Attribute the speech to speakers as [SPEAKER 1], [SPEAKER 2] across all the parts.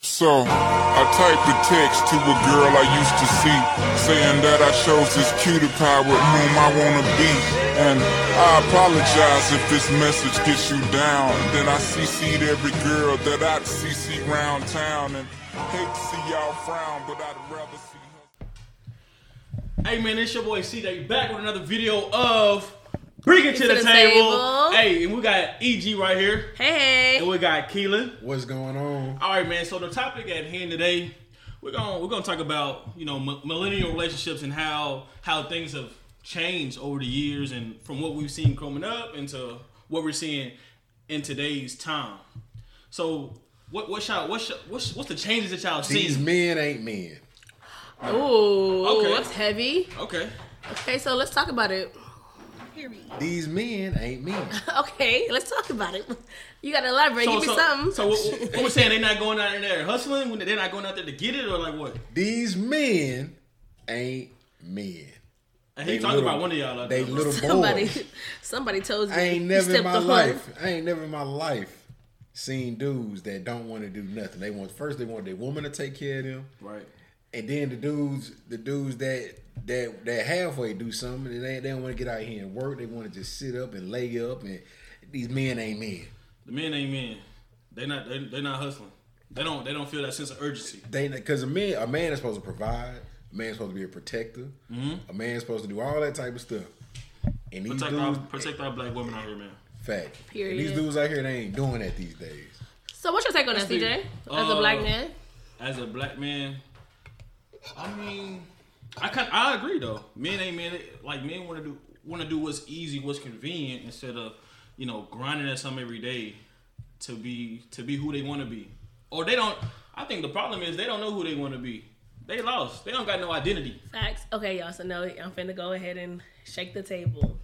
[SPEAKER 1] So I typed a text to a girl I used to see, saying that I chose this cutie pie with whom I wanna be. And I apologize if this message gets you down. Then I CC'd every girl that I'd CC round town and hate to see y'all frown, but I'd rather see
[SPEAKER 2] Hey man, it's your boy CJ back with another video of Bring It to,
[SPEAKER 3] To
[SPEAKER 2] the,
[SPEAKER 3] the
[SPEAKER 2] table.
[SPEAKER 3] Table.
[SPEAKER 2] Hey, and we got EG right here,
[SPEAKER 3] Hey,
[SPEAKER 2] and
[SPEAKER 3] hey.
[SPEAKER 2] we got Keelan.
[SPEAKER 4] What's going on?
[SPEAKER 2] All right, man. So the topic at hand today, we're gonna we're gonna talk about you know m- millennial relationships and how how things have changed over the years and from what we've seen growing up into what we're seeing in today's time. So what what's y'all, what's y'all- what's what's the changes that y'all
[SPEAKER 4] These
[SPEAKER 2] seen?
[SPEAKER 4] men ain't men.
[SPEAKER 3] Ooh,
[SPEAKER 2] Okay.
[SPEAKER 3] that's heavy.
[SPEAKER 2] Okay.
[SPEAKER 3] Okay, so let's talk about it.
[SPEAKER 4] These men ain't men.
[SPEAKER 3] Okay, let's talk about it. You gotta elaborate. Give me
[SPEAKER 2] so,
[SPEAKER 3] something.
[SPEAKER 2] So what, what- what we're saying, they're not going out in there hustling. when They're not going out there to get it, or like what?
[SPEAKER 4] These men ain't men.
[SPEAKER 2] And he
[SPEAKER 4] They
[SPEAKER 2] talking
[SPEAKER 4] little-
[SPEAKER 2] about one of y'all. Out
[SPEAKER 4] They
[SPEAKER 2] there.
[SPEAKER 4] little
[SPEAKER 3] somebody,
[SPEAKER 4] boys.
[SPEAKER 3] somebody tells you.
[SPEAKER 4] I ain't
[SPEAKER 3] you
[SPEAKER 4] never in
[SPEAKER 3] stepped
[SPEAKER 4] my
[SPEAKER 3] the hoe.
[SPEAKER 4] life. I ain't never in my life seen dudes that don't want to do nothing. They want first they want their woman to take care of them,
[SPEAKER 2] right.
[SPEAKER 4] and then the dudes, the dudes that that that halfway do something, and they, they don't want to get out here and work. They want to just sit up and lay up. And these men ain't men.
[SPEAKER 2] The men ain't men. They not. They they not hustling. They don't. They don't feel that sense of urgency.
[SPEAKER 4] They because a man a man is supposed to provide. A man's supposed to be a protector. A man's supposed to do all that type of stuff. And these
[SPEAKER 2] Mm-hmm. Protect our
[SPEAKER 4] dudes,
[SPEAKER 2] protect our black women out here, man.
[SPEAKER 4] fact. And
[SPEAKER 3] Period.
[SPEAKER 4] these dudes out here, they ain't doing that these days.
[SPEAKER 3] So what's your take on that,
[SPEAKER 2] Let's do-
[SPEAKER 3] CJ? As a
[SPEAKER 2] uh,
[SPEAKER 3] black man,
[SPEAKER 2] As a black man, I mean, I kind I agree though. Men ain't men. Like men want to do want to do what's easy, what's convenient, instead of you know grinding at something every day to be to be who they want to be. Or they don't. I think the problem is they don't know who they want to be. They lost. They don't got no identity.
[SPEAKER 3] facts. Okay, y'all. So now I'm finna go ahead and shake the table.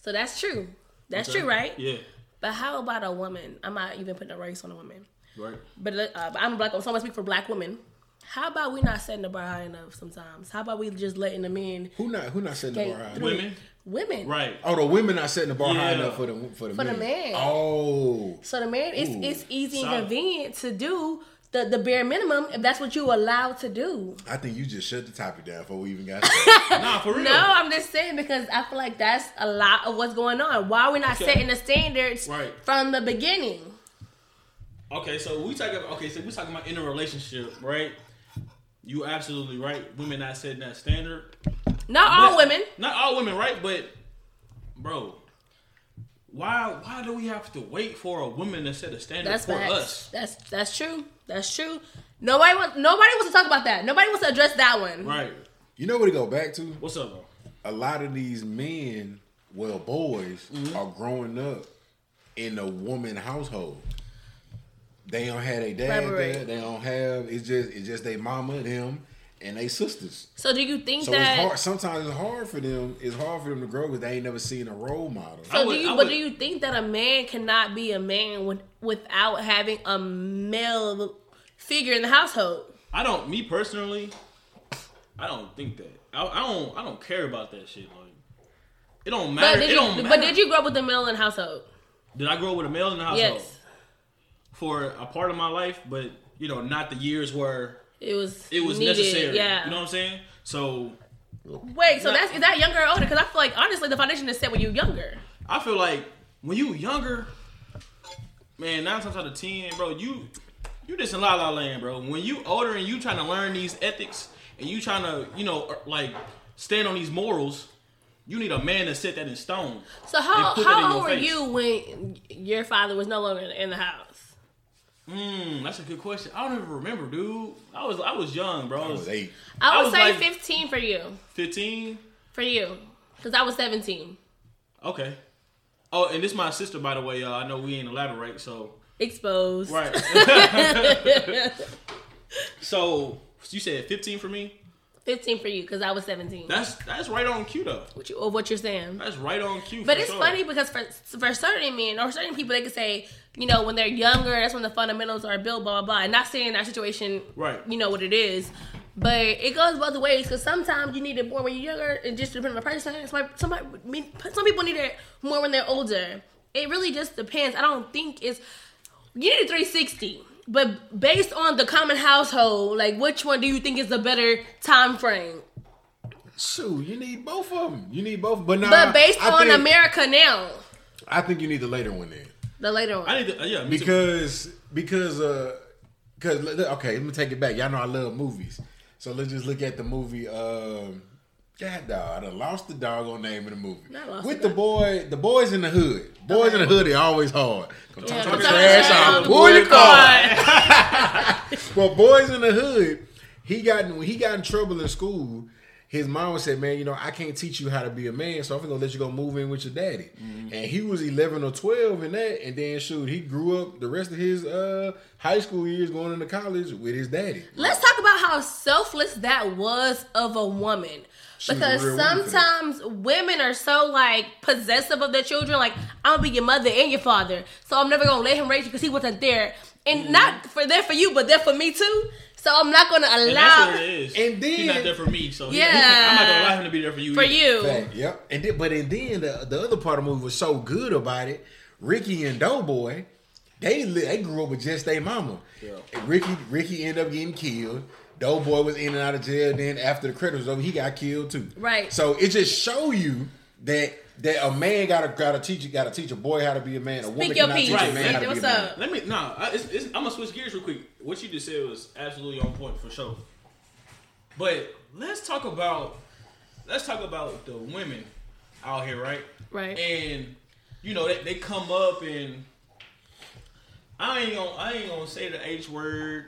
[SPEAKER 3] So that's true. That's true, right?
[SPEAKER 2] Yeah.
[SPEAKER 3] But how about a woman? I'm not even putting a race on a woman.
[SPEAKER 2] Right.
[SPEAKER 3] But uh, uh, I'm black, so I'm gonna speak for black women. How about we not setting the bar high enough sometimes? How about we just letting the men,
[SPEAKER 4] Who not who not setting the bar
[SPEAKER 3] Skate
[SPEAKER 4] high?
[SPEAKER 3] through.
[SPEAKER 2] Women.
[SPEAKER 3] women,
[SPEAKER 2] Right.
[SPEAKER 4] Oh, the women not setting the bar high
[SPEAKER 2] Yeah.
[SPEAKER 4] enough for the for the
[SPEAKER 3] For the
[SPEAKER 4] men.
[SPEAKER 3] man.
[SPEAKER 4] Oh,
[SPEAKER 3] So the man, it's
[SPEAKER 4] Ooh.
[SPEAKER 3] it's easy and
[SPEAKER 2] Solid.
[SPEAKER 3] convenient to do the the bare minimum if that's what you allowed to do.
[SPEAKER 4] I think you just shut the topic down before we even got. started.
[SPEAKER 2] Nah, for real.
[SPEAKER 3] No, I'm just saying because I feel like that's a lot of what's going on. Why are we not
[SPEAKER 2] Okay.
[SPEAKER 3] setting the standards
[SPEAKER 2] Right.
[SPEAKER 3] from the beginning?
[SPEAKER 2] Okay, so we talking. Okay, so we talking about in a relationship, right? You absolutely right. Women not setting that standard.
[SPEAKER 3] Not all
[SPEAKER 2] But-
[SPEAKER 3] women.
[SPEAKER 2] Not all women, right? But, bro, why why do we have to wait for a woman to set a standard
[SPEAKER 3] That's
[SPEAKER 2] for
[SPEAKER 3] facts.
[SPEAKER 2] us?
[SPEAKER 3] That's that's true. That's true. Nobody wants nobody wants to talk about that. Nobody wants to address that one.
[SPEAKER 2] Right.
[SPEAKER 4] you know what to go back to?
[SPEAKER 2] What's up, bro?
[SPEAKER 4] A lot of these men, well, boys,
[SPEAKER 3] Mm-hmm.
[SPEAKER 4] are growing up in a woman household. They don't have their dad
[SPEAKER 3] Elaborate.
[SPEAKER 4] there. They don't have it's just it's just their mama, them, and they sisters.
[SPEAKER 3] So do you think
[SPEAKER 4] So
[SPEAKER 3] that?
[SPEAKER 4] it's hard. Sometimes it's hard for them. It's hard for them to grow because they ain't never seen a role model.
[SPEAKER 2] I
[SPEAKER 3] So
[SPEAKER 2] would-
[SPEAKER 3] do you?
[SPEAKER 2] I
[SPEAKER 3] but
[SPEAKER 2] would-
[SPEAKER 3] do you think that a man cannot be a man with, without having a male figure in the household?
[SPEAKER 2] I don't. Me personally, I don't think that. I, I don't. I don't care about that shit. Like, it don't
[SPEAKER 3] But
[SPEAKER 2] matter.
[SPEAKER 3] did
[SPEAKER 2] it don't
[SPEAKER 3] you?
[SPEAKER 2] matter.
[SPEAKER 3] But did you grow up with a male in the household?
[SPEAKER 2] Did I grow up with a male in the household
[SPEAKER 3] Yes,
[SPEAKER 2] for a part of my life? But you know, not the years where
[SPEAKER 3] it was.
[SPEAKER 2] it was
[SPEAKER 3] needed,
[SPEAKER 2] necessary.
[SPEAKER 3] Yeah.
[SPEAKER 2] You know what I'm saying? So
[SPEAKER 3] Wait. So
[SPEAKER 2] Not-
[SPEAKER 3] that's is that younger or older? Because I feel like honestly, the foundation is set when you're younger.
[SPEAKER 2] I feel like when you younger, man, nine times out of ten, bro, you you just in la la land, bro. When you older and you trying to learn these ethics and you trying to, you know, er, like stand on these morals, you need a man to set that in stone.
[SPEAKER 3] So how
[SPEAKER 2] put that in
[SPEAKER 3] how
[SPEAKER 2] your
[SPEAKER 3] old were
[SPEAKER 2] face.
[SPEAKER 3] you when your father was no longer in- in the house?
[SPEAKER 2] Mm, that's a good question. I don't even remember, dude. I was I was young, bro. I
[SPEAKER 4] I was
[SPEAKER 2] was
[SPEAKER 4] eight.
[SPEAKER 3] I
[SPEAKER 2] I
[SPEAKER 3] would
[SPEAKER 2] was
[SPEAKER 3] say
[SPEAKER 2] like-
[SPEAKER 3] 15 for you.
[SPEAKER 2] 15.
[SPEAKER 3] For you, because I was 17.
[SPEAKER 2] Okay. Oh, and this my sister, by the way. Uh, I know we ain't elaborate, so
[SPEAKER 3] Exposed.
[SPEAKER 2] right. so you said 15 for me.
[SPEAKER 3] 15 for you, because I was 17.
[SPEAKER 2] That's that's right on cue though.
[SPEAKER 3] What you, of what you're saying.
[SPEAKER 2] That's right on cue.
[SPEAKER 3] But
[SPEAKER 2] for
[SPEAKER 3] it's
[SPEAKER 2] sure.
[SPEAKER 3] funny because for for certain men or certain people, they could say, you know, when they're younger, that's when the fundamentals are built, blah blah blah. And not saying that situation,
[SPEAKER 2] Right.
[SPEAKER 3] You know what it is, but it goes both ways because sometimes you need it more when you're younger, and just depending on the person. Some some some people need it more when they're older. It really just depends. I don't think it's you need a 360. But based on the common household, like which one do you think is the better time frame?
[SPEAKER 4] Shoot, you need both of them. You need both. But nah,
[SPEAKER 2] Uh,
[SPEAKER 3] But based
[SPEAKER 4] I
[SPEAKER 3] on
[SPEAKER 4] think,
[SPEAKER 3] America now,
[SPEAKER 4] I think you need the later one then.
[SPEAKER 3] the later one.
[SPEAKER 2] I need to, uh, yeah, me too.
[SPEAKER 4] because because uh because okay let me take it back y'all know i love movies so let's just look at the movie um god dog i done lost the doggone name of the movie
[SPEAKER 3] Not lost
[SPEAKER 4] with
[SPEAKER 3] it,
[SPEAKER 4] the
[SPEAKER 3] but-
[SPEAKER 4] boy the boys in the hood boys in the hood they always hard Come
[SPEAKER 3] Yeah,
[SPEAKER 4] talk
[SPEAKER 3] the
[SPEAKER 4] trash,
[SPEAKER 3] time
[SPEAKER 4] I'll
[SPEAKER 3] frame,
[SPEAKER 4] pull your
[SPEAKER 3] the
[SPEAKER 4] car
[SPEAKER 3] card.
[SPEAKER 4] well, boys in the hood, he got in, when he got in trouble in school. His mom said, "Man, you know I can't teach you how to be a man, so I'm gonna let you go move in with your daddy." And he was 11 or 12 in that, and then shoot, he grew up the rest of his uh, high school years going into college with his daddy.
[SPEAKER 3] Let's talk about how selfless that was of a woman.
[SPEAKER 4] She was a
[SPEAKER 3] because
[SPEAKER 4] real woman for that.
[SPEAKER 3] sometimes women are so like possessive of their children, like I'm gonna be your mother and your father, so I'm never gonna let him raise you because he wasn't there, and
[SPEAKER 2] Mm-hmm.
[SPEAKER 3] not for there for you, but there for me too. So I'm not gonna
[SPEAKER 2] And that's what
[SPEAKER 3] allow
[SPEAKER 2] it is.
[SPEAKER 4] And then-
[SPEAKER 2] he's not there for me, so yeah,
[SPEAKER 3] Yeah.
[SPEAKER 2] I'm not gonna allow him to be there for you.
[SPEAKER 3] for
[SPEAKER 2] either.
[SPEAKER 3] you.
[SPEAKER 4] Fact, Yep. And then, but and then the, the other part of the movie was so good about it. Ricky and Doughboy, they li- they grew up with just their mama.
[SPEAKER 2] Yeah.
[SPEAKER 4] And Ricky Ricky ended up getting killed. Doughboy was in and out of jail. Then after the credit was over, he got killed too.
[SPEAKER 3] Right.
[SPEAKER 4] So it just show you that that a man gotta gotta teach you gotta teach a boy how to be a man. A woman
[SPEAKER 3] Speak your
[SPEAKER 4] cannot
[SPEAKER 3] piece.
[SPEAKER 4] teach a
[SPEAKER 2] Right.
[SPEAKER 4] man how to be
[SPEAKER 3] What's
[SPEAKER 4] a man.
[SPEAKER 3] up?
[SPEAKER 2] Let me nah. I, it's, it's, I'm gonna switch gears real quick. What you just said was absolutely on point for sure. But let's talk about let's talk about the women out here, right?
[SPEAKER 3] Right.
[SPEAKER 2] And you know they, they come up and I ain't gonna I ain't gonna say the H word.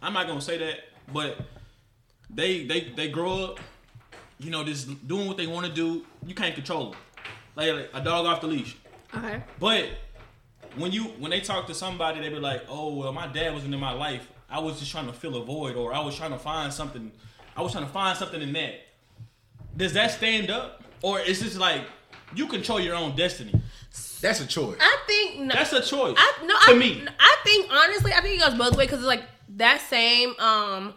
[SPEAKER 2] I'm not gonna say that, but they they they grow up, you know, just doing what they want to do. You can't control them, like, like a dog off the leash.
[SPEAKER 3] Okay.
[SPEAKER 2] But when you when they talk to somebody, they be like, "Oh well, my dad wasn't in my life. I was just trying to fill a void, or I was trying to find something. I was trying to find something in that." Does that stand up, or is this like you control your own destiny?
[SPEAKER 4] That's a choice.
[SPEAKER 3] I think no.
[SPEAKER 2] That's a choice.
[SPEAKER 3] I no,
[SPEAKER 2] to
[SPEAKER 3] I,
[SPEAKER 2] me.
[SPEAKER 3] I think honestly, I think it goes both ways because it's like that same um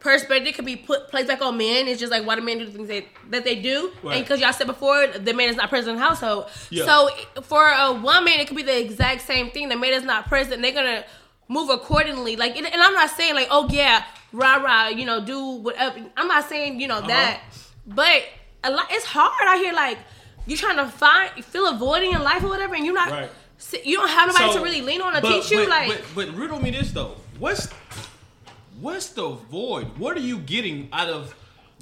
[SPEAKER 3] perspective could be put placed back on men. It's just like why do men do the things that that they do, and
[SPEAKER 2] Right.
[SPEAKER 3] because y'all said before, the man is not present in the household.
[SPEAKER 2] Yeah.
[SPEAKER 3] So for a woman, it could be the exact same thing. The man is not present. They're gonna move accordingly. Like, and, and I'm not saying like, oh yeah, rah rah, you know, do whatever. I'm not saying you know
[SPEAKER 2] Uh-huh.
[SPEAKER 3] that, but a lot. It's hard out here. Like. You're trying to find, feel a void in your life or whatever, and you're not.
[SPEAKER 2] Right.
[SPEAKER 3] si- You don't have nobody
[SPEAKER 2] So,
[SPEAKER 3] to really lean on to
[SPEAKER 2] but-
[SPEAKER 3] teach you.
[SPEAKER 2] but-
[SPEAKER 3] like,
[SPEAKER 2] but, but riddle me this though: what's what's the void? What are you getting out of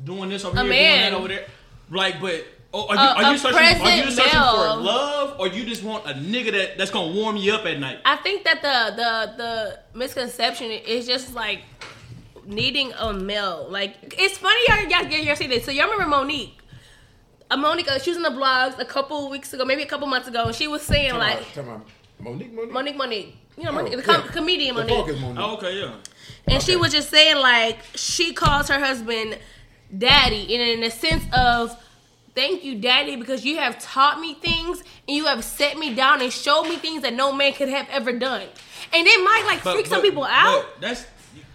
[SPEAKER 2] doing this over
[SPEAKER 3] A
[SPEAKER 2] here,
[SPEAKER 3] man.
[SPEAKER 2] doing that over there? Like, but oh, are you
[SPEAKER 3] A-
[SPEAKER 2] are
[SPEAKER 3] a
[SPEAKER 2] you searching are you
[SPEAKER 3] present
[SPEAKER 2] searching
[SPEAKER 3] male.
[SPEAKER 2] for love, or you just want a nigga that that's gonna warm you up at night?
[SPEAKER 3] I think that the the the misconception is just like needing a male. Like, it's funny y'all y'all, y'all, y'all say this. So y'all remember Monique? Uh, Monique, uh, she was in the blogs a couple weeks ago, maybe a couple months ago, and she was saying
[SPEAKER 4] Talking
[SPEAKER 3] like,
[SPEAKER 4] about- talking about Monique, Monique,
[SPEAKER 3] Monique, Monique, you know,
[SPEAKER 4] Oh,
[SPEAKER 3] Monique, the com-
[SPEAKER 4] yeah.
[SPEAKER 3] comedian
[SPEAKER 4] The
[SPEAKER 3] Monique.
[SPEAKER 4] fuck is Monique?
[SPEAKER 2] Oh, okay, yeah.
[SPEAKER 3] And she
[SPEAKER 4] Okay.
[SPEAKER 3] was just saying like she calls her husband daddy, and in the sense of thank you, daddy, because you have taught me things and you have set me down and showed me things that no man could have ever done. And it might like freak some people out.
[SPEAKER 2] but that's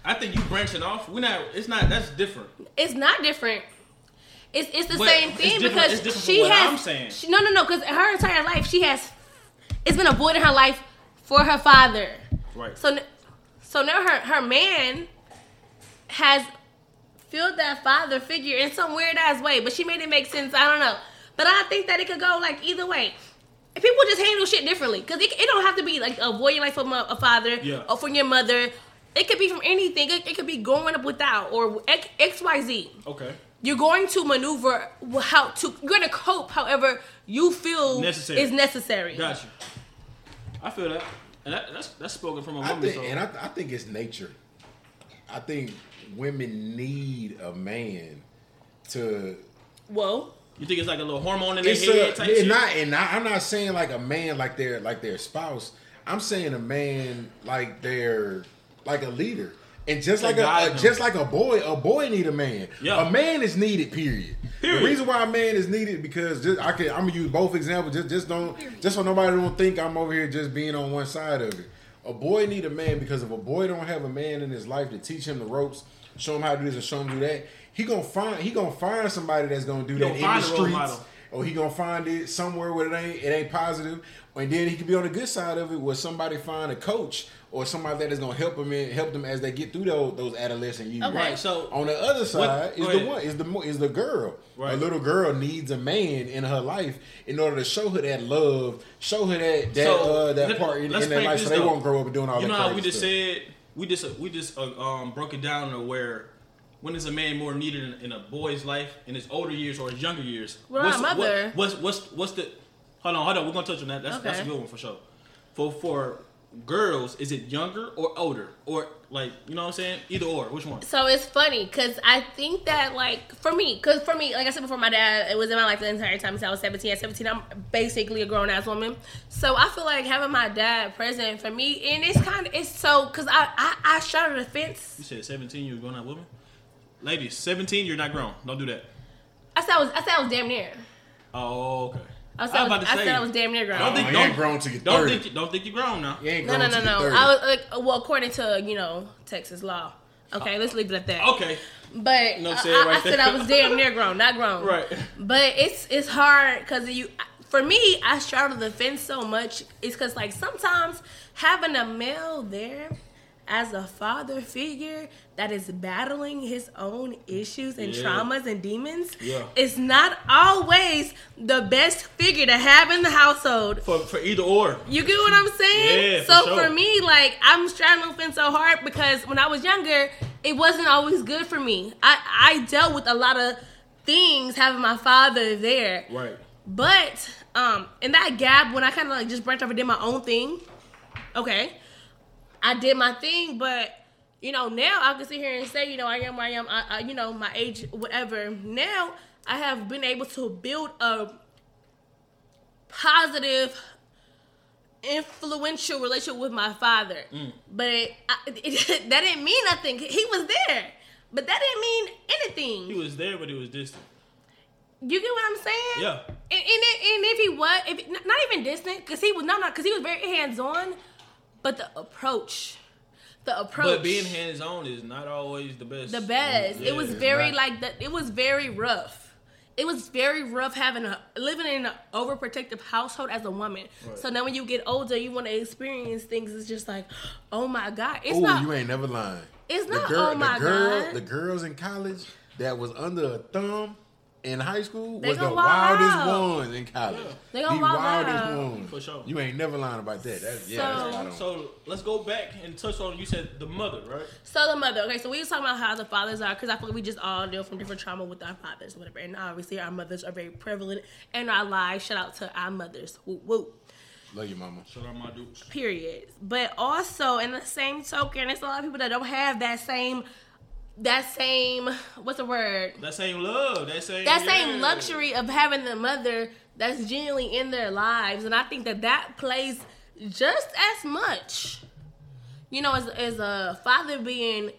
[SPEAKER 2] I think you branching off. We're not. It's not. That's different.
[SPEAKER 3] it's not different. It's it's the
[SPEAKER 2] But
[SPEAKER 3] same
[SPEAKER 2] it's
[SPEAKER 3] thing
[SPEAKER 2] different-
[SPEAKER 3] because
[SPEAKER 2] it's different from
[SPEAKER 3] she
[SPEAKER 2] what
[SPEAKER 3] has.
[SPEAKER 2] I'm saying.
[SPEAKER 3] she- no, no, no. Because her entire life, she has. It's been avoiding her life for her father.
[SPEAKER 2] Right.
[SPEAKER 3] So, n- so now her her man has filled that father figure in some weird ass way, but she made it make sense. I don't know, but I think that it could go like either way. And People just handle shit differently because it, it don't have to be like avoiding life from a, a father
[SPEAKER 2] Yeah.
[SPEAKER 3] or from your mother. It could be from anything. It, it could be growing up without or X, X Y Z.
[SPEAKER 2] okay.
[SPEAKER 3] You're going to maneuver how to. You're going to cope however you feel
[SPEAKER 2] Necessary.
[SPEAKER 3] is necessary.
[SPEAKER 2] Gotcha. I feel that, and that, that's that's spoken from a
[SPEAKER 4] I
[SPEAKER 2] woman.
[SPEAKER 4] think,
[SPEAKER 2] so.
[SPEAKER 4] and I, I think it's nature. I think women need a man to
[SPEAKER 3] Whoa.
[SPEAKER 2] you think it's like a little hormone in their
[SPEAKER 4] it's
[SPEAKER 2] head
[SPEAKER 4] a,
[SPEAKER 2] type
[SPEAKER 4] and
[SPEAKER 2] shit?
[SPEAKER 4] not and not, I'm not saying like a man like their like their spouse. I'm saying a man like their like a leader. And just
[SPEAKER 2] To
[SPEAKER 4] like a,
[SPEAKER 2] guide
[SPEAKER 4] a-
[SPEAKER 2] them.
[SPEAKER 4] just like a boy, a boy need a man.
[SPEAKER 2] Yeah.
[SPEAKER 4] A man is needed. Period.
[SPEAKER 2] Period.
[SPEAKER 4] The reason why a man is needed because just, I can I'm gonna use both examples. Just just don't just so nobody don't think I'm over here just being on one side of it. A boy need a man because if a boy don't have a man in his life to teach him the ropes, show him how to do this and show him do that, he gonna find he gonna find somebody that's gonna do
[SPEAKER 2] He gonna
[SPEAKER 4] that in the
[SPEAKER 2] find a role
[SPEAKER 4] streets
[SPEAKER 2] model.
[SPEAKER 4] or he gonna find it somewhere where it ain't it ain't positive. And then he could be on the good side of it, where somebody find a coach or somebody that is gonna help him in, help them as they get through those those adolescent years.
[SPEAKER 3] Okay. Right,
[SPEAKER 2] so-
[SPEAKER 4] on the other side is
[SPEAKER 2] go
[SPEAKER 4] the
[SPEAKER 2] ahead.
[SPEAKER 4] one is the mo- is the girl. A
[SPEAKER 2] Right.
[SPEAKER 4] little girl needs a man in her life in order to show her that love, show her that that
[SPEAKER 2] So,
[SPEAKER 4] uh, that
[SPEAKER 2] let-
[SPEAKER 4] part in,
[SPEAKER 2] let's
[SPEAKER 4] in their
[SPEAKER 2] break
[SPEAKER 4] life,
[SPEAKER 2] this
[SPEAKER 4] so they
[SPEAKER 2] down.
[SPEAKER 4] won't grow up doing all
[SPEAKER 2] you know
[SPEAKER 4] that.
[SPEAKER 2] how we
[SPEAKER 4] crazy
[SPEAKER 2] just
[SPEAKER 4] stuff.
[SPEAKER 2] said we just we just uh, um, broke it down to where when is a man more needed in, in a boy's life in his older years or his younger years?
[SPEAKER 3] Well,
[SPEAKER 2] what's,
[SPEAKER 3] my
[SPEAKER 2] what-
[SPEAKER 3] mother.
[SPEAKER 2] what's what's what's the? Hold on, hold on. We're gonna touch on that. That's that's a
[SPEAKER 3] Okay.
[SPEAKER 2] good one for sure. For for girls, is it younger or older or like you know what I'm saying? Either or, which one?
[SPEAKER 3] So it's funny because I think that like for me, because for me, like I said before, my dad it was in my life the entire time since I was seventeen. At seventeen, I'm basically a grown ass woman. So I feel like having my dad present for me, and it's kind of it's so because I, I I shot a fence.
[SPEAKER 2] You said 17, you're grown up woman. Ladies, 17, you're not grown. Don't do that.
[SPEAKER 3] I said I was I said I was damn near.
[SPEAKER 2] Oh, okay.
[SPEAKER 3] I said I was, I, said I was damn near grown.
[SPEAKER 2] Don't think,
[SPEAKER 4] Oh, you
[SPEAKER 2] don't,
[SPEAKER 4] ain't grown till you're
[SPEAKER 2] don't
[SPEAKER 4] 30.
[SPEAKER 2] think don't think you're grown now.
[SPEAKER 4] You ain't
[SPEAKER 3] No,
[SPEAKER 4] grown
[SPEAKER 3] no, no,
[SPEAKER 4] till
[SPEAKER 3] no.
[SPEAKER 4] you're 30.
[SPEAKER 3] I was like, well, according to you know Texas law. Okay, let's leave it at that.
[SPEAKER 2] Okay.
[SPEAKER 3] But
[SPEAKER 2] No,
[SPEAKER 3] I,
[SPEAKER 2] say it
[SPEAKER 3] I-
[SPEAKER 2] right
[SPEAKER 3] I said
[SPEAKER 2] there.
[SPEAKER 3] I was damn near grown, not grown.
[SPEAKER 2] Right.
[SPEAKER 3] But it's it's hard because you. For me, I straddle the fence so much. It's because like sometimes having a male there as a father figure that is battling his own issues and
[SPEAKER 2] Yeah.
[SPEAKER 3] traumas and demons
[SPEAKER 2] Yeah.
[SPEAKER 3] is not always the best figure to have in the household.
[SPEAKER 2] For for either or.
[SPEAKER 3] You get what I'm saying?
[SPEAKER 2] Yeah, for
[SPEAKER 3] so
[SPEAKER 2] sure.
[SPEAKER 3] for me, like I'm straddling the fence so hard because when I was younger, it wasn't always good for me. I I dealt with a lot of things having my father there.
[SPEAKER 2] Right.
[SPEAKER 3] But um in that gap when I kinda like just branched off and did my own thing, okay. I did my thing, but you know, now I can sit here and say, you know, I am where I am, I, I, you know, my age, whatever. Now I have been able to build a positive, influential relationship with my father. But it, I, it, that didn't mean nothing. He was there, but that didn't mean
[SPEAKER 2] He
[SPEAKER 3] anything.
[SPEAKER 2] was there, but he was distant.
[SPEAKER 3] You get what I'm saying?
[SPEAKER 2] Yeah.
[SPEAKER 3] And, and, it- and if he was, if n- not even distant, because he was no, not because he was very hands on, but the approach, the approach.
[SPEAKER 2] But being hands on is not always the best.
[SPEAKER 3] the best.
[SPEAKER 2] Yeah.
[SPEAKER 3] It was very
[SPEAKER 4] right.
[SPEAKER 3] like that. It was very rough. It was very rough having a living in an overprotective household as a woman. So now when you get older, you want to experience things. It's just like, oh my god, it's
[SPEAKER 4] Oh,
[SPEAKER 3] not.
[SPEAKER 4] you ain't never lying.
[SPEAKER 3] It's not, oh my
[SPEAKER 4] the girl,
[SPEAKER 3] God.
[SPEAKER 4] The girls in college that was under a thumb in high school
[SPEAKER 3] They
[SPEAKER 4] was the
[SPEAKER 3] gonna wild
[SPEAKER 4] wildest
[SPEAKER 3] out.
[SPEAKER 4] ones in college.
[SPEAKER 3] They gonna
[SPEAKER 4] the
[SPEAKER 3] wild
[SPEAKER 4] wildest
[SPEAKER 3] out.
[SPEAKER 4] ones.
[SPEAKER 2] For sure.
[SPEAKER 4] You ain't never lying about that. That's, yeah, that's
[SPEAKER 3] So-
[SPEAKER 4] what I don't.
[SPEAKER 2] So let's go back and touch on you said the mother, right?
[SPEAKER 3] So the mother. Okay, so we was talking about how the fathers are because I feel like we just all deal from different trauma with our fathers, whatever. And obviously our mothers are very prevalent in our lives. Shout out to our mothers. Woo woo.
[SPEAKER 4] Love you, mama.
[SPEAKER 2] Shout out my dudes.
[SPEAKER 3] period. But also in the same token, there's a lot of people that don't have that same that same what's the word?
[SPEAKER 2] That same love. That same
[SPEAKER 3] That
[SPEAKER 2] yeah.
[SPEAKER 3] same luxury of having the mother that's genuinely in their lives, and I think that that plays just as much, you know, as as a father being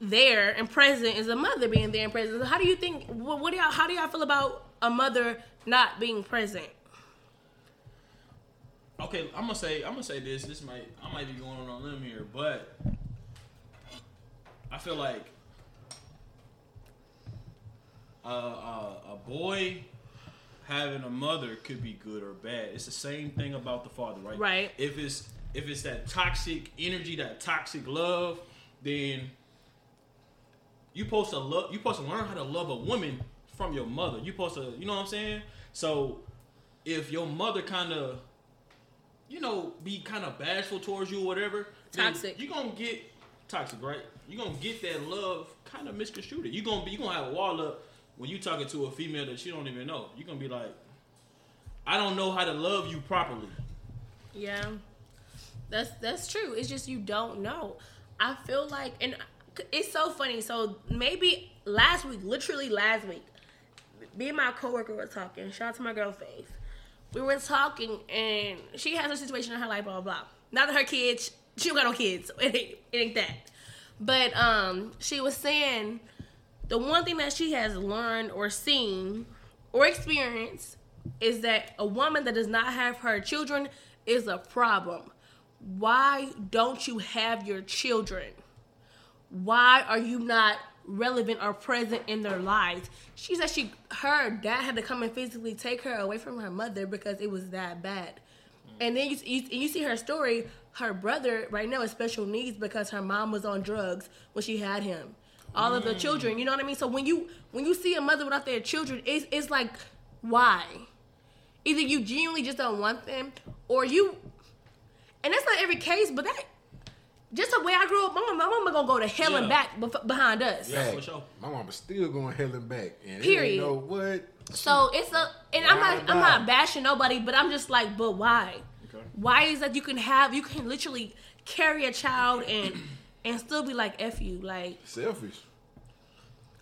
[SPEAKER 3] there and present, as a mother being there and present. How do you think? What, what do y'all? How do y'all feel about a mother not being present?
[SPEAKER 2] Okay, I'm gonna say I'm gonna say this. This might I might be going on a limb here, but I feel like a, a, a boy having a mother could be good or bad. It's the same thing about the father, right?
[SPEAKER 3] Right.
[SPEAKER 2] If it's if it's that toxic energy, that toxic love, then you supposed to love you supposed to learn how to love a woman from your mother. You supposed to you know what I'm saying? So if your mother kind of you know be kind of bashful towards you or whatever, then
[SPEAKER 3] Toxic.
[SPEAKER 2] you gonna get toxic, right? You gonna get that love kind of misconstrued. You gonna be you gonna have a wall up when you talking to a female that she don't even know. You gonna be like, I don't know how to love you properly.
[SPEAKER 3] Yeah, that's that's true. It's just you don't know. I feel like, and it's so funny. So maybe last week, literally last week, me and my coworker were talking. Shout out to my girl Faith. We were talking, and she has a situation in her life, blah blah. blah. Not that her kids, she don't got no kids. so It ain't, it ain't that. But um, she was saying the one thing that she has learned or seen or experienced is that a woman that does not have her children is a problem. Why don't you have your children? Why are you not relevant or present in their lives. She said she her dad had to come and physically take her away from her mother because it was that bad.
[SPEAKER 2] Mm-hmm.
[SPEAKER 3] And then you, you, and you see her story. Her brother right now is special needs because her mom was on drugs when she had him. All of the
[SPEAKER 2] Mm.
[SPEAKER 3] children, you know what I mean. So when you when you see a mother without their children, it's it's like why? Either you genuinely just don't want them, or you. And that's not every case, but that just the way I grew up, my mama, my mama gonna go to hell and
[SPEAKER 2] Yeah.
[SPEAKER 3] back bef- behind us.
[SPEAKER 2] Yeah.
[SPEAKER 4] Back.
[SPEAKER 2] for sure.
[SPEAKER 4] My mama's still going hell and back.
[SPEAKER 3] Period.
[SPEAKER 4] And Period. You know what?
[SPEAKER 3] So it's a, and I'm not, I'm not bashing nobody, but I'm just like, but why?
[SPEAKER 2] Okay.
[SPEAKER 3] Why is that you can have, you can literally carry a child and and still be like f you, like,
[SPEAKER 4] Selfish.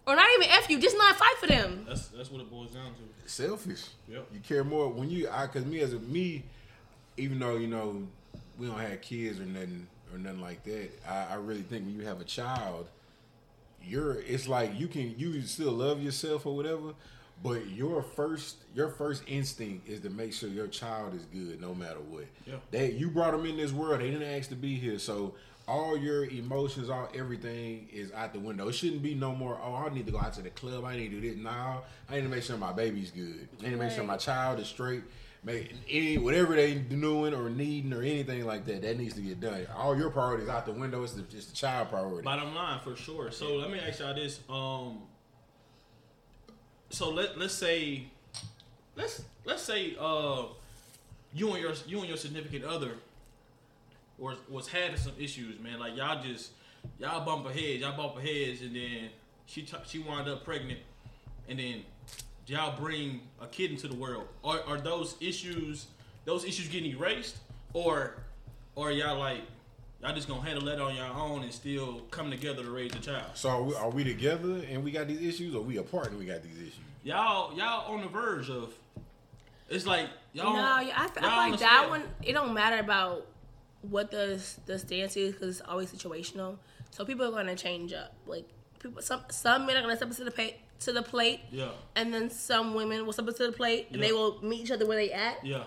[SPEAKER 3] or not even f you, just not fight for them.
[SPEAKER 2] That's that's what it boils down to.
[SPEAKER 4] Selfish.
[SPEAKER 2] Yep.
[SPEAKER 4] You care more when you. I cause me as a me, even though you know we don't have kids or nothing or nothing like that. I, I really think when you have a child, you're it's like you can you still love yourself or whatever but your first your first instinct is to make sure your child is good no matter what
[SPEAKER 2] Yeah.
[SPEAKER 4] they you brought them in this world they didn't ask to be here so all your emotions all everything is out the window it shouldn't be no more oh i need to go out to the club i need to do this now i need to make sure my baby's good i need to make sure
[SPEAKER 3] Right.
[SPEAKER 4] my child is straight Make any whatever they doing or needing or anything like that that needs to get done all your priorities out the window it's the, it's the child priority
[SPEAKER 2] Bottom line, for sure. So let me ask y'all this. Um, so let let's say, let's let's say uh, you and your you and your significant other was was having some issues, man. Like y'all just y'all bump heads, y'all bump heads, and then she t- she wound up pregnant, and then y'all bring a kid into the world. Are, are those issues those issues getting erased, or or y'all like y'all just gonna handle that on your own and still come together to raise a child?
[SPEAKER 4] So are we, are we together and we got these issues, or we apart and we got these issues?
[SPEAKER 2] Y'all y'all on the verge of it's like y'all.
[SPEAKER 3] No, yeah, I, feel-
[SPEAKER 2] y'all
[SPEAKER 3] I feel like
[SPEAKER 2] on
[SPEAKER 3] that
[SPEAKER 2] the
[SPEAKER 3] one. It don't matter about what the the stance is because it's always situational. So people are gonna change up. Like people, some some men are gonna step up to the plate to the plate.
[SPEAKER 2] Yeah.
[SPEAKER 3] And then some women will step up to the plate and
[SPEAKER 2] Yeah.
[SPEAKER 3] they will meet each other where they at.
[SPEAKER 2] Yeah,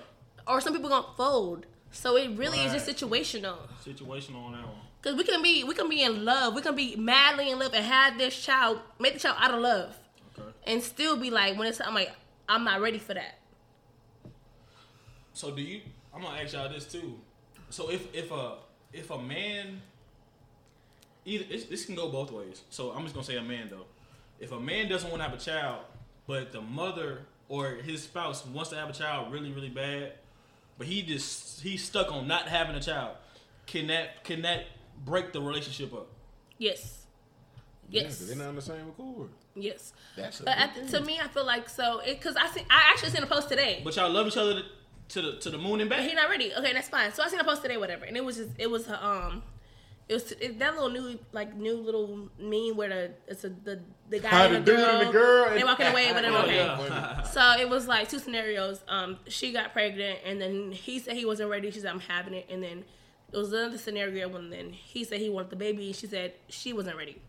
[SPEAKER 3] Or some people gonna fold. So it really is
[SPEAKER 4] Right.
[SPEAKER 3] just situational.
[SPEAKER 2] situational on that one.
[SPEAKER 3] Cause we can be we can be in love. We can be madly in love and have this child, make the child out of love,
[SPEAKER 2] Okay.
[SPEAKER 3] and still be like when it's I'm like I'm not ready for that.
[SPEAKER 2] So do you? I'm gonna ask y'all this too. So if if a if a man, either it's, this can go both ways. So I'm just gonna say a man though. If a man doesn't want to have a child, but the mother or his spouse wants to have a child really really bad, but he just he's stuck on not having a child, can that can that break the relationship up?
[SPEAKER 3] Yes.
[SPEAKER 4] Yeah,
[SPEAKER 3] Yes.
[SPEAKER 4] 'cause they're not on the same accord.
[SPEAKER 3] Yes.
[SPEAKER 4] That's a
[SPEAKER 3] But
[SPEAKER 4] big
[SPEAKER 3] at the,
[SPEAKER 4] thing.
[SPEAKER 3] to me, I feel like so because I see I actually seen a post today.
[SPEAKER 2] But y'all love each other to, to the to the moon and
[SPEAKER 3] But
[SPEAKER 2] back.
[SPEAKER 3] he not ready. Okay, that's fine. So I seen a post today, whatever, and it was just it was uh, um. It was it, that little new like new little meme where the it's a, the the guy
[SPEAKER 4] How
[SPEAKER 3] and
[SPEAKER 4] the
[SPEAKER 3] the
[SPEAKER 4] dude
[SPEAKER 3] girl,
[SPEAKER 4] and the girl
[SPEAKER 3] and they
[SPEAKER 4] and-
[SPEAKER 3] walking away whatever
[SPEAKER 2] Oh,
[SPEAKER 3] okay
[SPEAKER 2] yeah.
[SPEAKER 3] so it was like two scenarios um she got pregnant and then he said he wasn't ready she said I'm having it and then it was another scenario and then he said he wanted the baby and she said she wasn't ready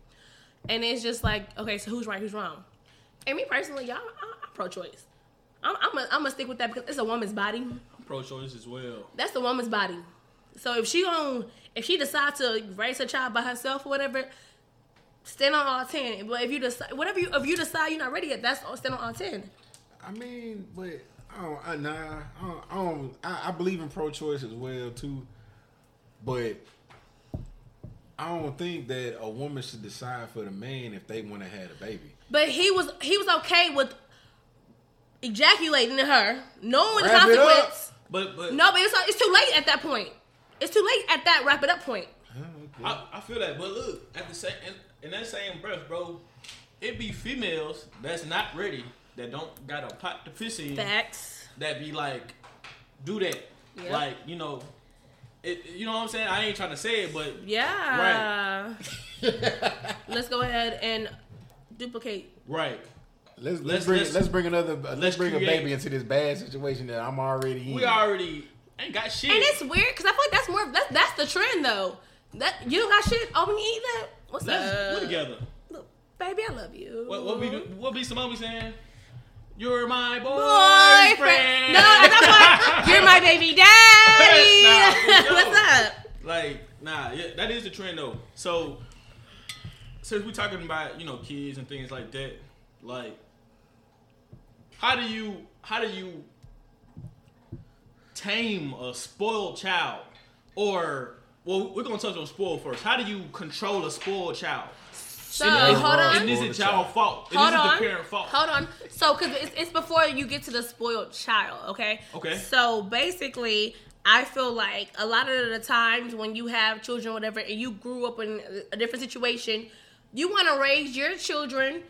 [SPEAKER 3] and it's just like okay so who's right who's wrong and me personally y'all I, I'm pro choice I'm I'm gonna I'm stick with that because it's a woman's body
[SPEAKER 2] Pro-choice as well.
[SPEAKER 3] that's the woman's body. So if she on if she decides to raise her child by herself or whatever, stand on all ten. But if you decide whatever you if you decide you're not ready yet, that's all- stand on all ten.
[SPEAKER 4] I mean, but I don't. I, nah, I don't. I, don't I, I believe in pro-choice as well too, but I don't think that a woman should decide for the man if they want to have a baby.
[SPEAKER 3] But he was he was okay with ejaculating in her, knowing the
[SPEAKER 4] Wrap it up.
[SPEAKER 3] consequence.
[SPEAKER 2] But but
[SPEAKER 3] No, but it's it's too late at that point. It's too late at that wrap it up point.
[SPEAKER 4] Huh, okay.
[SPEAKER 2] I, I feel that, but look, at the same in, in that same breath, bro, it be females that's not ready, that don't got a pot to piss in,
[SPEAKER 3] Facts.
[SPEAKER 2] that be like, do that,
[SPEAKER 3] Yeah.
[SPEAKER 2] like you know, it. You know what I'm saying? I ain't trying to say it, but
[SPEAKER 3] Yeah. Let's go ahead and duplicate.
[SPEAKER 2] right,
[SPEAKER 4] let's, let's
[SPEAKER 2] let's-
[SPEAKER 4] bring
[SPEAKER 2] let's-
[SPEAKER 4] let's, bring another let's,
[SPEAKER 2] let's
[SPEAKER 4] bring
[SPEAKER 2] create-
[SPEAKER 4] a baby into this bad situation that I'm already in.
[SPEAKER 2] we already ain't got shit.
[SPEAKER 3] And it's weird because I feel like that's more that's that's the trend though. That you don't got shit. Oh, when you eat that, what's
[SPEAKER 2] Let's
[SPEAKER 3] up?
[SPEAKER 2] we together.
[SPEAKER 3] Look, baby, I love you.
[SPEAKER 2] What what be what be Simone be saying? You're my boyfriend.
[SPEAKER 3] boyfriend? No, at that point, you're my baby daddy.
[SPEAKER 2] Nah, yo.
[SPEAKER 3] what's up?
[SPEAKER 2] Like, nah, yeah, that is the trend though. So since we're talking about you know kids and things like that, like how do you how do you tame a spoiled child or well we're gonna touch on spoiled first. How do you control a spoiled child?
[SPEAKER 3] So
[SPEAKER 4] knows
[SPEAKER 3] hold
[SPEAKER 4] wrong.
[SPEAKER 3] on.
[SPEAKER 2] And is it child fault? And
[SPEAKER 3] Hold
[SPEAKER 2] is it
[SPEAKER 3] on.
[SPEAKER 2] the parent fault?
[SPEAKER 3] Hold on. So, because it's, it's before you get to the spoiled child, okay?
[SPEAKER 2] Okay.
[SPEAKER 3] So, basically, I feel like a lot of the times when you have children, or whatever, and you grew up in a different situation, you want to raise your children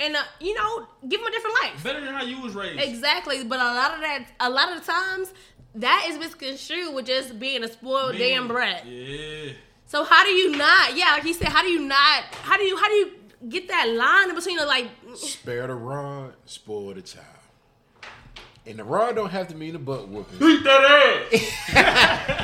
[SPEAKER 3] and, uh, you know, give them a different life.
[SPEAKER 2] Better than how you was raised.
[SPEAKER 3] Exactly. But a lot of that, a lot of the times, that is misconstrued with just being a spoiled
[SPEAKER 2] Man,
[SPEAKER 3] damn brat.
[SPEAKER 2] Yeah.
[SPEAKER 3] So how do you not? Yeah, like he said, how do you not? How do you? How do you get that line in between the like?
[SPEAKER 4] Spare the rod, spoil the child. And the rod don't have to mean a butt whooping.
[SPEAKER 2] Beat that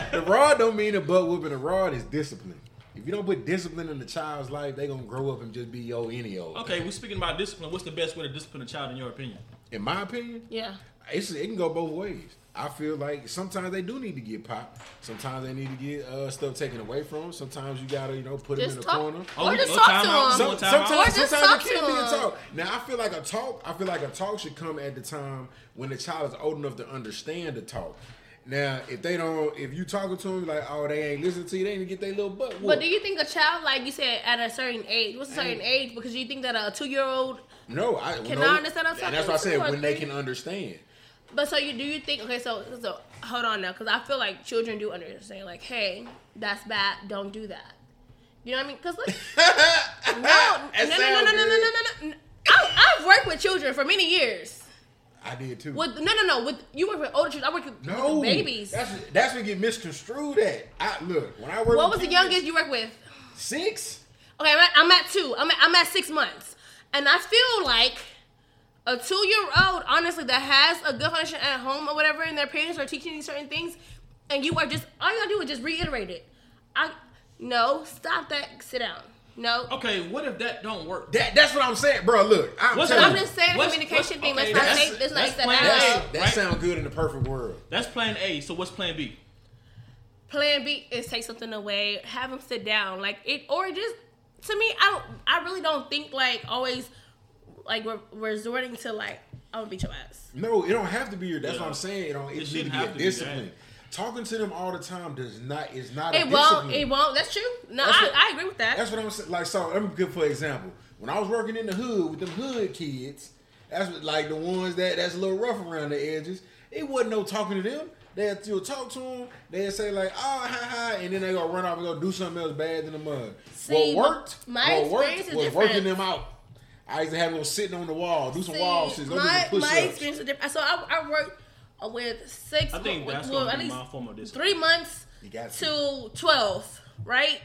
[SPEAKER 2] ass.
[SPEAKER 4] The rod don't mean a butt whooping. The rod is discipline. If you don't put discipline in the child's life, they gonna grow up and just be yo any old.
[SPEAKER 2] Okay, we're speaking about discipline. What's the best way to discipline a child in your opinion?
[SPEAKER 4] In my opinion,
[SPEAKER 3] Yeah.
[SPEAKER 4] it's, it can go both ways. I feel like sometimes they do need to get popped. Sometimes they need to get uh, stuff taken away from them. Sometimes you gotta you know put
[SPEAKER 3] Just
[SPEAKER 4] them in a
[SPEAKER 3] talk-
[SPEAKER 4] corner.
[SPEAKER 3] Or
[SPEAKER 2] we-
[SPEAKER 3] just
[SPEAKER 2] oh,
[SPEAKER 3] talk
[SPEAKER 2] time
[SPEAKER 3] to
[SPEAKER 2] out.
[SPEAKER 3] him.
[SPEAKER 2] One
[SPEAKER 4] Some,
[SPEAKER 2] more time
[SPEAKER 4] sometimes,
[SPEAKER 2] out.
[SPEAKER 3] Or just
[SPEAKER 4] sometimes
[SPEAKER 3] talk
[SPEAKER 4] it
[SPEAKER 3] to
[SPEAKER 4] can be a
[SPEAKER 3] him.
[SPEAKER 4] talk. Now I feel like a talk. I feel like a talk should come at the time when the child is old enough to understand the talk. Now, if they don't, if you talking to them like, oh, they ain't listening to you, they ain't get their little butt.
[SPEAKER 3] But
[SPEAKER 4] whooped.
[SPEAKER 3] do you think a child, like you said, at a certain age, what's a certain age? Because you think that a two-year-old,
[SPEAKER 4] no, I
[SPEAKER 3] Can
[SPEAKER 4] no,
[SPEAKER 3] I understand what I'm
[SPEAKER 4] and That's why I
[SPEAKER 3] talking
[SPEAKER 4] said
[SPEAKER 3] to?
[SPEAKER 4] when they can understand.
[SPEAKER 3] but so you do you think? Okay, so so hold on now, because I feel like children do understand. Like, hey, that's bad. Don't do that. You know what I mean? Because like, no, no, no, no, no, no, no, no, no, no. I, I've worked with children for many years.
[SPEAKER 4] I did too.
[SPEAKER 3] With no, no, no. With you work with older children. I work with,
[SPEAKER 4] no
[SPEAKER 3] with babies.
[SPEAKER 4] That's that's what get misconstrued. At I look when I work.
[SPEAKER 3] What was
[SPEAKER 4] with
[SPEAKER 3] the
[SPEAKER 4] kids,
[SPEAKER 3] youngest you worked with?
[SPEAKER 4] Six.
[SPEAKER 3] Okay, I'm at, I'm at two. I'm at, I'm at six months, and I feel like a two-year-old, honestly, that has a good foundation at home or whatever, and their parents are teaching these certain things, and you are just all you gotta do is just reiterate it. I no, stop that. Sit down. No.
[SPEAKER 2] Okay, what if that don't work?
[SPEAKER 4] That that's what I'm saying, bro. Look, I'm
[SPEAKER 2] What's-
[SPEAKER 4] telling
[SPEAKER 3] I'm
[SPEAKER 4] you,
[SPEAKER 3] just saying
[SPEAKER 2] What's-
[SPEAKER 3] communication
[SPEAKER 2] what's-
[SPEAKER 3] thing.
[SPEAKER 2] okay,
[SPEAKER 3] let's not
[SPEAKER 2] that's-
[SPEAKER 3] take this
[SPEAKER 2] that's
[SPEAKER 3] like that
[SPEAKER 2] plain
[SPEAKER 3] out.
[SPEAKER 2] out.
[SPEAKER 4] that
[SPEAKER 2] Right.
[SPEAKER 4] sound good in the perfect world.
[SPEAKER 2] That's plan A. So what's plan B?
[SPEAKER 3] Plan B is take something away, have them sit down, like it, or just to me, I don't, I really don't think like always, like we're resorting to like I'm gonna beat your ass.
[SPEAKER 4] No, it don't have to be your. That's
[SPEAKER 2] Yeah.
[SPEAKER 4] what I'm saying. It don't. It,
[SPEAKER 2] It
[SPEAKER 4] need to
[SPEAKER 2] shouldn't
[SPEAKER 4] be
[SPEAKER 2] have
[SPEAKER 4] a
[SPEAKER 2] to be
[SPEAKER 4] discipline.
[SPEAKER 2] that.
[SPEAKER 4] Talking to them all the time does not. It's not. a
[SPEAKER 3] It won't,
[SPEAKER 4] discipline.
[SPEAKER 3] it won't. That's true. No,
[SPEAKER 4] That's
[SPEAKER 3] I,
[SPEAKER 4] what-
[SPEAKER 3] I agree with that.
[SPEAKER 4] That's what I'm saying. Like, so let me give for example. When I was working in the hood with them hood kids, that's what, like the ones that that's a little rough around the edges. It wasn't no talking to them. They'd still talk to them. They'd say like, "Oh, ha ha," and then they gonna run off and go do something else bad than the mud.
[SPEAKER 3] See,
[SPEAKER 4] what worked?
[SPEAKER 3] my
[SPEAKER 4] what worked
[SPEAKER 3] experience is
[SPEAKER 4] was
[SPEAKER 3] different.
[SPEAKER 4] working them out. I used to have them sitting on the wall, do some
[SPEAKER 3] See,
[SPEAKER 4] wall shit, go
[SPEAKER 3] my,
[SPEAKER 4] do some
[SPEAKER 3] my
[SPEAKER 4] push ups.
[SPEAKER 3] experience is different. So I, I worked with six.
[SPEAKER 2] I think
[SPEAKER 3] with-
[SPEAKER 2] that's
[SPEAKER 3] well,
[SPEAKER 2] gonna
[SPEAKER 3] at
[SPEAKER 2] be
[SPEAKER 3] least
[SPEAKER 2] my form of discipline.
[SPEAKER 3] three months
[SPEAKER 4] You
[SPEAKER 3] to
[SPEAKER 4] got
[SPEAKER 3] twelve, right?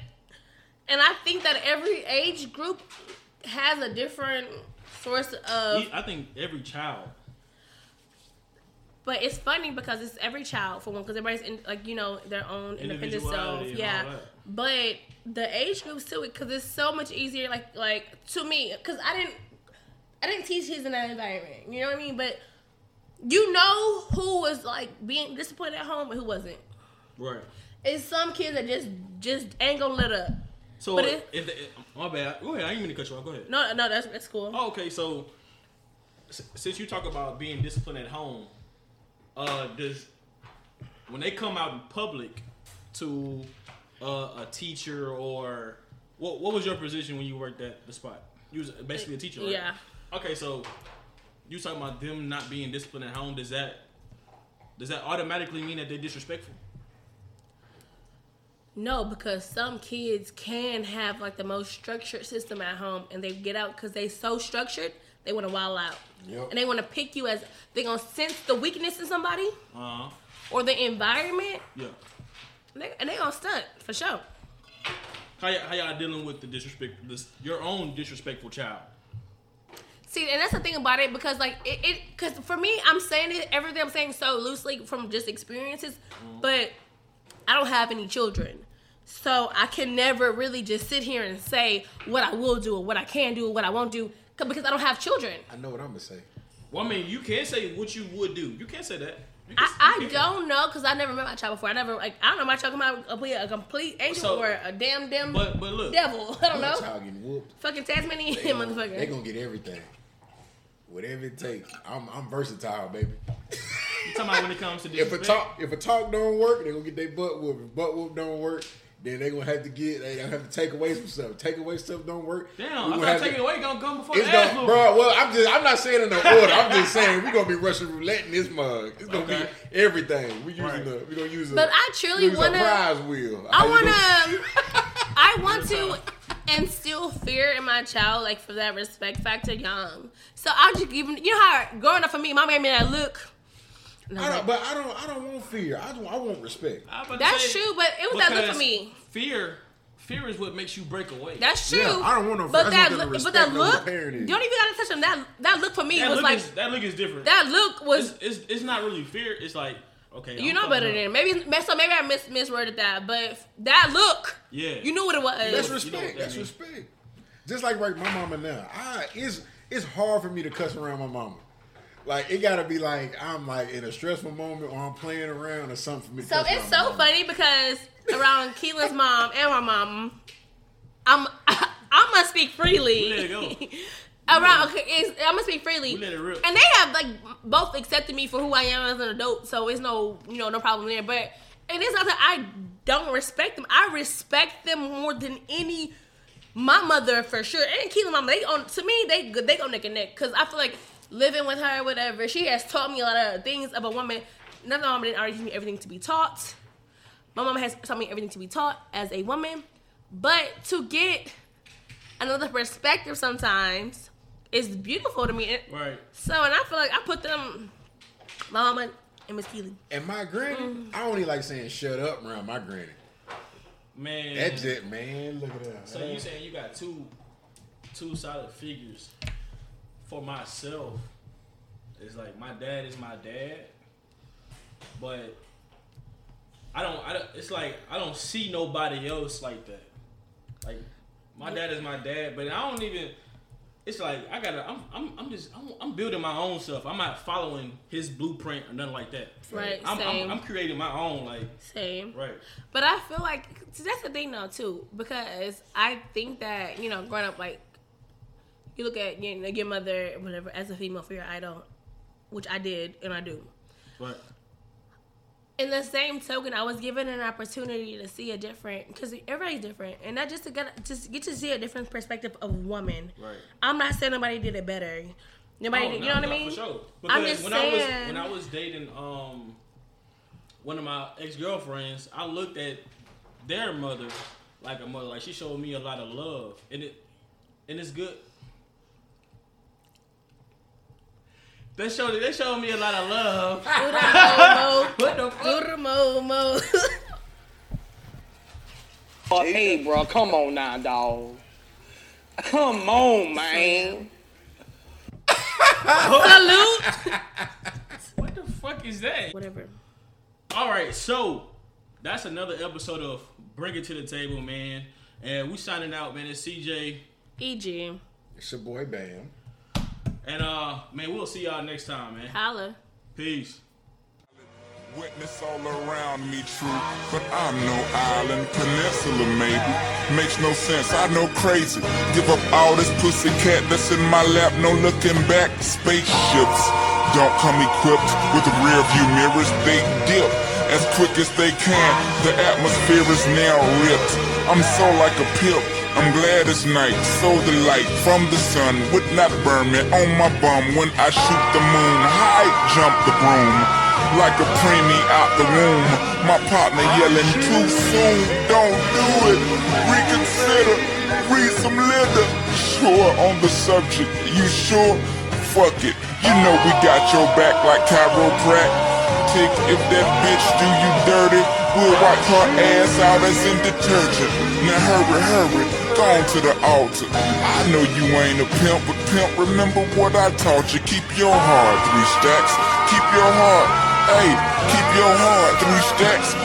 [SPEAKER 3] And I think that every age group has a different source of
[SPEAKER 2] E- I think every child.
[SPEAKER 3] But it's funny because it's every child for one, because everybody's in, like you know their own independent self,
[SPEAKER 2] Individuality and all
[SPEAKER 3] yeah.
[SPEAKER 2] that.
[SPEAKER 3] But the age groups too, because it's so much easier. Like like to me, because I didn't I didn't teach kids in that environment. You know what I mean? But you know who was like being disciplined at home and who wasn't.
[SPEAKER 2] Right.
[SPEAKER 3] It's some kids that just just ain't gonna let up.
[SPEAKER 2] So
[SPEAKER 3] But it-
[SPEAKER 2] if the, my bad. Go ahead. I didn't mean to cut you off. Go ahead.
[SPEAKER 3] No no that's that's cool.
[SPEAKER 2] Oh, okay, so s- since you talk about being disciplined at home, uh, does when they come out in public to uh, a teacher or what? What was your position when you worked at the spot? You was basically a teacher, right?
[SPEAKER 3] Yeah.
[SPEAKER 2] Okay, so you talking about them not being disciplined at home? Does that does that automatically mean that they're disrespectful?
[SPEAKER 3] No, because some kids can have like the most structured system at home, and they get out because they so structured they want to wild out,
[SPEAKER 4] Yep.
[SPEAKER 3] and they want to pick you as they gonna sense the weakness in somebody
[SPEAKER 2] Uh huh.
[SPEAKER 3] or the environment,
[SPEAKER 2] Yeah.
[SPEAKER 3] and they, and they gonna stunt for sure.
[SPEAKER 2] How, y- how y'all dealing with the disrespect? This your own disrespectful child.
[SPEAKER 3] See, and that's the thing about it because like it, it because for me, I'm saying it everything I'm saying so loosely from just experiences, but I don't have any children, so I can never really just sit here and say what I will do or what I can do or what I won't do 'cause- because I don't have children.
[SPEAKER 4] I know what I'm gonna say.
[SPEAKER 2] Well, I mean, you can't say what you would do. You can't say that.
[SPEAKER 3] I, I don't know because I never met my child before. I never like I don't know my child come out a, be a complete angel
[SPEAKER 2] So-
[SPEAKER 3] or a damn damn
[SPEAKER 2] But but look,
[SPEAKER 3] devil. I don't
[SPEAKER 4] My
[SPEAKER 3] know.
[SPEAKER 4] child getting whooped.
[SPEAKER 3] Fucking Tasmanian
[SPEAKER 4] They gonna,
[SPEAKER 3] motherfucker.
[SPEAKER 4] they gonna get everything. Whatever it takes. I'm, I'm versatile, baby.
[SPEAKER 2] you talking about when it comes to
[SPEAKER 4] If a
[SPEAKER 2] disrespect.
[SPEAKER 4] talk if a talk don't work, they gonna get their butt whooped. If butt whoop don't work, then they gonna have to get they gonna have to take away some stuff. Take away stuff don't work.
[SPEAKER 2] Damn,
[SPEAKER 4] we
[SPEAKER 2] I
[SPEAKER 4] gonna
[SPEAKER 2] thought
[SPEAKER 4] have
[SPEAKER 2] taking
[SPEAKER 4] to-
[SPEAKER 2] away gonna come before
[SPEAKER 4] It's
[SPEAKER 2] the ass
[SPEAKER 4] gonna,
[SPEAKER 2] whooping.
[SPEAKER 4] bro. Well, I'm just, I'm not saying in no order. I'm just saying we're gonna be Russian roulette in this mug. It's gonna
[SPEAKER 2] Okay.
[SPEAKER 4] be everything. We using
[SPEAKER 2] Right.
[SPEAKER 4] the, we gonna use. A,
[SPEAKER 3] But I truly
[SPEAKER 4] use a
[SPEAKER 3] wanna-
[SPEAKER 4] prize wheel.
[SPEAKER 3] I want to. I want to instill fear in my child, like for that respect factor, young. So I'll just give him. You know how growing up for me, my mom gave me that look. And I'm
[SPEAKER 4] I don't,
[SPEAKER 3] like,
[SPEAKER 4] but I don't. I don't want fear. I, don't, I want respect.
[SPEAKER 2] I was about to
[SPEAKER 3] that's
[SPEAKER 2] say,
[SPEAKER 3] true, but it was that look for
[SPEAKER 2] because
[SPEAKER 3] me.
[SPEAKER 2] Fear, fear is what makes you break away.
[SPEAKER 3] That's true.
[SPEAKER 4] Yeah, I don't want no- I
[SPEAKER 3] But
[SPEAKER 4] just
[SPEAKER 3] that,
[SPEAKER 4] want them to
[SPEAKER 3] look, but
[SPEAKER 4] respect
[SPEAKER 3] that
[SPEAKER 4] me as a
[SPEAKER 3] look, you
[SPEAKER 4] parent
[SPEAKER 3] don't
[SPEAKER 4] is.
[SPEAKER 3] even gotta touch him. That that look for me
[SPEAKER 2] that
[SPEAKER 3] was
[SPEAKER 2] look
[SPEAKER 3] like
[SPEAKER 2] is that look is different.
[SPEAKER 3] that look was.
[SPEAKER 2] it's, it's it's not really fear. It's like okay,
[SPEAKER 3] you
[SPEAKER 2] I'm
[SPEAKER 3] know
[SPEAKER 2] fucking
[SPEAKER 3] better
[SPEAKER 2] up.
[SPEAKER 3] than maybe. So maybe I mis misworded that, but that look.
[SPEAKER 2] Yeah.
[SPEAKER 3] You knew what it was.
[SPEAKER 4] That's
[SPEAKER 2] You know what
[SPEAKER 4] respect.
[SPEAKER 2] that
[SPEAKER 4] that's
[SPEAKER 2] means.
[SPEAKER 4] respect. Just like like my mama now. I it's it's hard for me to cuss around my mama. Like it gotta be like I'm like in a stressful moment or I'm playing around or something for me. to
[SPEAKER 3] So
[SPEAKER 4] cuss
[SPEAKER 3] it's
[SPEAKER 4] around my
[SPEAKER 3] so
[SPEAKER 4] mama.
[SPEAKER 3] funny because around Keelan's mom and my mom, I'm I'm gonna speak freely.
[SPEAKER 2] We let it go.
[SPEAKER 3] around okay, it's, I'm gonna speak freely.
[SPEAKER 2] We let it rip.
[SPEAKER 3] And they have like both accepted me for who I am as an adult, so it's no you know no problem there. But it is not that I don't respect them. I respect them more than any my mother for sure, and Keelan mama. They on to me they good. They go neck and neck because I feel like living with her, whatever. She has taught me a lot of things of a woman. Another woman didn't already teach me everything to be taught. My mama has taught me everything to be taught as a woman, but to get another perspective sometimes is beautiful to me. And-
[SPEAKER 2] Right.
[SPEAKER 3] So, and I feel like I put them, my mama and Miss Keely.
[SPEAKER 4] And my granny, I only like saying shut up around my granny.
[SPEAKER 2] Man.
[SPEAKER 4] That's it, man. Look at that.
[SPEAKER 2] So you saying you got two two solid figures for myself. It's like my dad is my dad, but I don't I don't, it's like I don't see nobody else like that. Like my dad is my dad, but I don't even it's like I gotta. I'm. I'm. I'm just. I'm, I'm building my own stuff. I'm not following his blueprint or nothing like that.
[SPEAKER 3] Right,
[SPEAKER 2] I'm,
[SPEAKER 3] same,
[SPEAKER 2] I'm, I'm creating my own. Like.
[SPEAKER 3] same.
[SPEAKER 2] Right.
[SPEAKER 3] But I feel like see, that's the thing though too, because I think that you know, growing up, like you look at you know, your mother, whatever, as a female for your idol, which I did and I do.
[SPEAKER 2] Right.
[SPEAKER 3] in the same token, I was given an opportunity to see a different because everybody's different, and not just to get just get to see a different perspective of woman.
[SPEAKER 2] Right.
[SPEAKER 3] I'm not saying nobody did it better. Nobody,
[SPEAKER 2] Oh,
[SPEAKER 3] did,
[SPEAKER 2] no,
[SPEAKER 3] you know what
[SPEAKER 2] no,
[SPEAKER 3] I mean?
[SPEAKER 2] For sure. Because
[SPEAKER 3] I'm just
[SPEAKER 2] when I was
[SPEAKER 3] saying.
[SPEAKER 2] when I was dating um one of my ex girlfriends, I looked at their mother like a mother. Like she showed me a lot of love, and it and it's good. They showed they showed me a lot of love.
[SPEAKER 3] What the mo.
[SPEAKER 5] Fuck, hey, bro, come on now, dog. Come on, man.
[SPEAKER 3] Salute.
[SPEAKER 2] what the fuck is that?
[SPEAKER 3] Whatever.
[SPEAKER 2] All right, so that's another episode of Bring It to the Table, man. And we signing out, man. It's CJ,
[SPEAKER 3] E.G.
[SPEAKER 4] It's your boy Bam.
[SPEAKER 2] and uh, man, we'll see y'all next time, man.
[SPEAKER 3] Holla.
[SPEAKER 2] Peace.
[SPEAKER 1] Witness all around me, true, but I'm no island, peninsula maybe. Makes no sense, I know crazy. Give up all this pussy cat that's in my lap, no looking back. Spaceships don't come equipped with rear view mirrors, they dip as quick as they can. The atmosphere is now ripped. I'm so like a pimp. I'm glad it's night, so the light from the sun would not burn me on my bum when I shoot the moon. High jump the broom, like a preemie out the womb. My partner yelling too soon, don't do it. Reconsider, read some litter. Sure on the subject, you sure? Fuck it, you know we got your back like chiropractic. If that bitch do you dirty, we'll wipe her ass out as in detergent. Now hurry, hurry, go on to the altar. I know you ain't a pimp, but pimp, remember what I taught you. Keep your heart, three stacks. Keep your heart, hey, keep your heart, three stacks.